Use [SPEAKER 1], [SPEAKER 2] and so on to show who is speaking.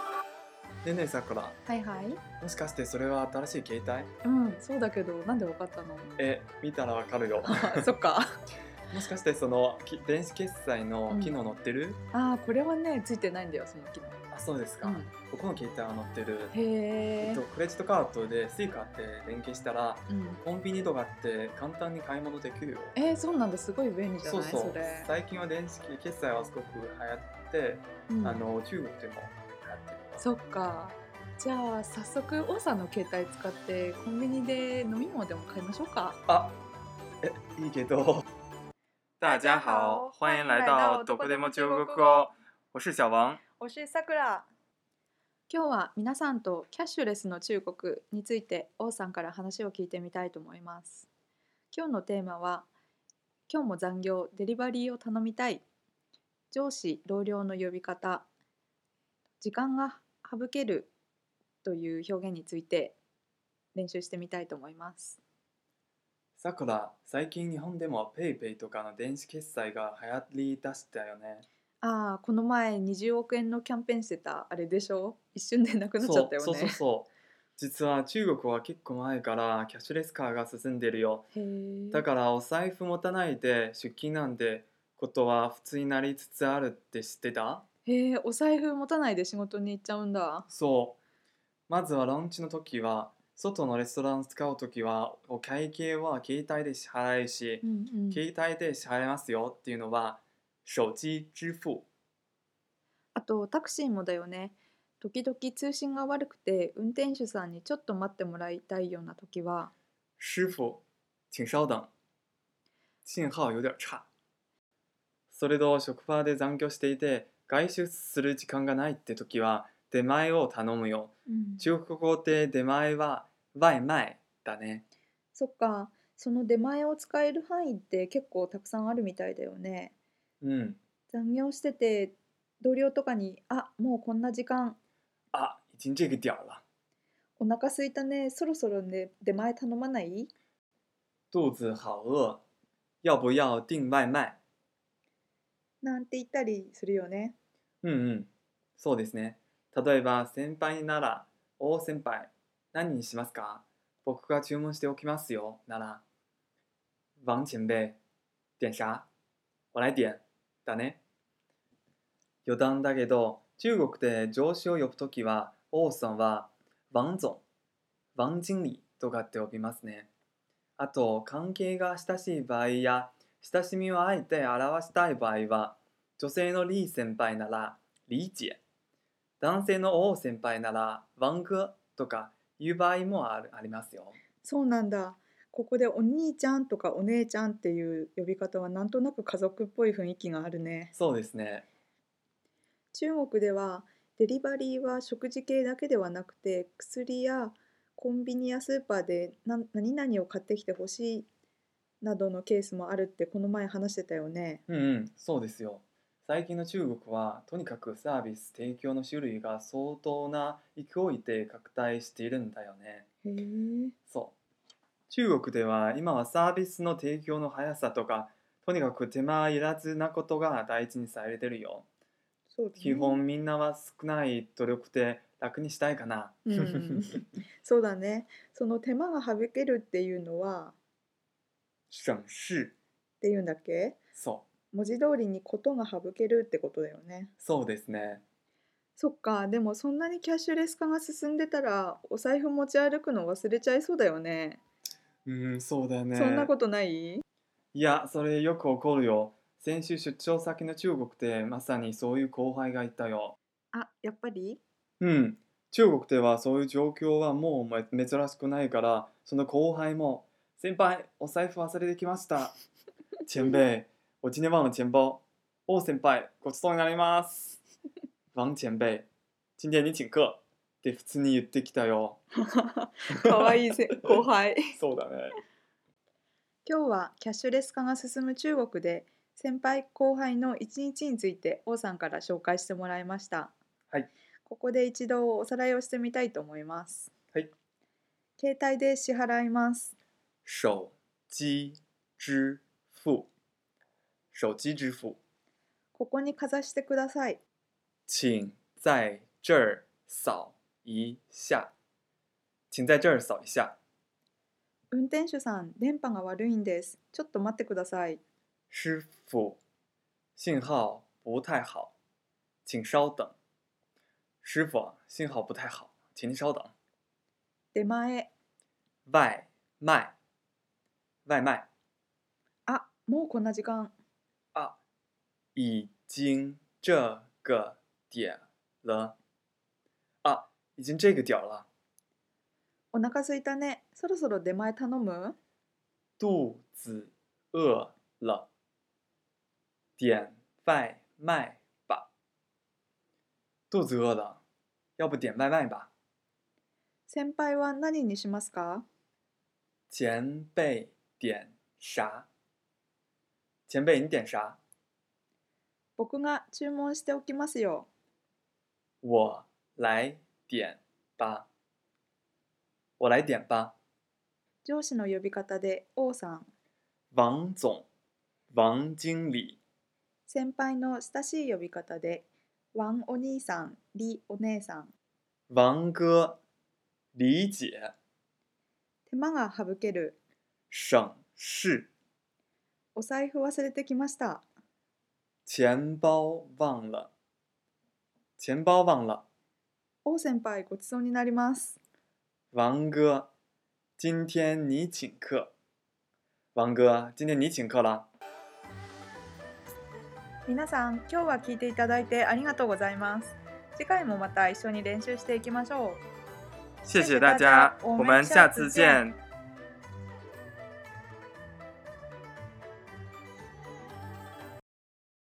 [SPEAKER 1] ねえねえさくら
[SPEAKER 2] はいはい
[SPEAKER 1] もしかしてそれは新しい携帯
[SPEAKER 2] うんそうだけどなんでわかったの
[SPEAKER 1] え見たらわかるよ
[SPEAKER 2] あ そっ か
[SPEAKER 1] もしかしてそのき電子決済の機能載ってる、
[SPEAKER 2] あーこれはねついてないんだよその機能、
[SPEAKER 1] あそうですか、
[SPEAKER 2] うん
[SPEAKER 1] 僕の携帯は載ってるえっ
[SPEAKER 2] へえ
[SPEAKER 1] と、、クレジットカードで Suica って連携したら
[SPEAKER 2] うん、
[SPEAKER 1] コンビニとかって簡単に買い物できるよ
[SPEAKER 2] えー、そうなんだすごい便利じゃ
[SPEAKER 1] そう
[SPEAKER 2] ないそ
[SPEAKER 1] そう
[SPEAKER 2] れ、
[SPEAKER 1] 最近は電子決済はすごく流行って、
[SPEAKER 2] うん
[SPEAKER 1] あの中国でも流行ってる
[SPEAKER 2] そっかじゃあ早速王さんの携帯使ってコンビニで飲み物でも買いましょうか
[SPEAKER 1] あえいいけ ど大
[SPEAKER 2] 家好欢迎来到どこでも中国語
[SPEAKER 1] 我是小王
[SPEAKER 2] おしさくら今日は皆さんとキャッシュレスの中国について王さんから話を聞いてみたいと思います今日のテーマは今日も残業デリバリーを頼みたい上司同僚の呼び方時間が省けるという表現について練習してみたいと思います
[SPEAKER 1] さくら最近日本でも PayPay とかの電子決済が流行りだしたよね
[SPEAKER 2] ああこの前20億円のキャンペーンしてたあれでしょ一瞬でなくなっちゃったよね
[SPEAKER 1] そうそうそうそう実は中国は結構前からキャッシュレス化が進んでるよ
[SPEAKER 2] へー
[SPEAKER 1] だからお財布持たないで出勤なんてことは普通になりつつあるって知ってた
[SPEAKER 2] へえお財布持たないで仕事に行っちゃうんだ
[SPEAKER 1] そうまずはランチの時は外のレストラン使う時はお会計は携帯で支払うし、
[SPEAKER 2] うんうん
[SPEAKER 1] 携帯で支払いますよっていうのは手機支付
[SPEAKER 2] あとタクシーもだよね時々通信が悪くて運転手さんにちょっと待ってもらいたいような時は
[SPEAKER 1] 师傅，请稍等。信号有点差。それと職場で残業していて外出する時間がないって時は出前を頼むよ。中国語で出前は外卖だね。
[SPEAKER 2] そっかその出前を使える範囲って結構たくさんあるみたいだよね
[SPEAKER 1] うん。
[SPEAKER 2] 残業してて同僚とかに「あもうこんな時間
[SPEAKER 1] あ、已经这个点儿了。
[SPEAKER 2] お腹空いたねそろそろ、ね、出前頼まない?
[SPEAKER 1] 肚子好饿，要不要订外卖？」
[SPEAKER 2] なんて言ったりするよね
[SPEAKER 1] うんうん。そうですね。例えば先輩なら、おお先輩、何にしますか僕が注文しておきますよ。なら、王前輩、点啥我来点。だね。余談だけど、中国で上司を呼ぶときは、王さんは、王总、王经理とかって呼びますね。あと、関係が親しい場合や、親しみをあえて表したい場合は、女性の李先輩なら李姐、男性の王先輩なら王哥とかいう場合もあるありますよ。
[SPEAKER 2] そうなんだ。ここでお兄ちゃんとかお姉ちゃんっていう呼び方はなんとなく家族っぽい雰囲気があるね。
[SPEAKER 1] そうですね。
[SPEAKER 2] 中国ではデリバリーは食事系だけではなくて薬やコンビニやスーパーでな何々を買ってきてほしいなどのケースもあるってこの前話してたよね。
[SPEAKER 1] うんうん、そうですよ。最近の中国はとにかくサービス提供の種類が相当な勢いで拡大しているんだよね。
[SPEAKER 2] へえ。
[SPEAKER 1] そう。中国では今はサービスの提供の速さとかとにかく手間いらずなことが大事にされてるよ。
[SPEAKER 2] そうだね
[SPEAKER 1] 基本みんなは少ない努力で楽にしたいかな。
[SPEAKER 2] うん そうだね。その手間が省けるっていうのはっ
[SPEAKER 1] 省事。
[SPEAKER 2] ていうんだっけ？
[SPEAKER 1] そう。
[SPEAKER 2] 文字通りにことが省けるってことだよね。
[SPEAKER 1] そうですね。
[SPEAKER 2] そっか、でもそんなにキャッシュレス化が進んでたら、お財布持ち歩くの忘れちゃいそうだよね。
[SPEAKER 1] うん、そうだね。
[SPEAKER 2] そんなことない
[SPEAKER 1] いや、それよく起こるよ。先週出張先の中国でまさにそういう後輩がいたよ。
[SPEAKER 2] あ、やっぱり
[SPEAKER 1] うん。中国ではそういう状況はもうめ珍しくないから、その後輩も、先輩、お財布忘れてきま した。前輩、我今天忘了钱包。王先輩、ごちそうになります。王前輩、今天你请客。って普通に言ってきたよ。
[SPEAKER 2] かわいい ぜ後輩。
[SPEAKER 1] そうだね。
[SPEAKER 2] 今日はキャッシュレス化が進む中国で、先輩後輩の一日について王さんから紹介してもらいました。
[SPEAKER 1] はい。
[SPEAKER 2] ここで一度おさらいをしてみたいと思います。
[SPEAKER 1] はい。
[SPEAKER 2] 携帯で支払います。
[SPEAKER 1] 手机支付，手机支付，
[SPEAKER 2] ここにかざしてください。
[SPEAKER 1] 请在这儿扫一下，请在这儿扫一下。
[SPEAKER 2] 運転手さん、電波が悪いんです。ちょっと待ってください。
[SPEAKER 1] 师傅，信号不太好，请稍等。师傅，信号不太好，请您稍等。
[SPEAKER 2] 出前、
[SPEAKER 1] 外卖，外卖
[SPEAKER 2] あ、もうこんな時間。
[SPEAKER 1] 啊，已经这个点了啊，已经这个点儿了。
[SPEAKER 2] お腹すいたね。そろそろ出前頼む
[SPEAKER 1] 肚子饿了，点外卖吧。肚子饿了，要不点外卖吧？
[SPEAKER 2] 先輩は何にしますか
[SPEAKER 1] 前辈点啥？前辈，你点啥？
[SPEAKER 2] 僕が注文しておきますよ。
[SPEAKER 1] 我来点吧。我来点吧。
[SPEAKER 2] 上司の呼び方で王さん、
[SPEAKER 1] 王总，王经理，
[SPEAKER 2] 先輩の親しい呼び方でワンお兄さん、リお姉さん。
[SPEAKER 1] 王哥，李姐，
[SPEAKER 2] 手間が省ける。
[SPEAKER 1] 省事，
[SPEAKER 2] お財布忘れてきました。
[SPEAKER 1] 钱包忘了，钱包忘了。
[SPEAKER 2] 王先輩ごちそうになります。
[SPEAKER 1] 王哥，今天你请客。王哥，今天你请客了。
[SPEAKER 2] 皆さん今日は聞いていただいてありがとうございます次回もまた一緒に練習していきましょう
[SPEAKER 1] 谢
[SPEAKER 2] 谢大家我们下次见。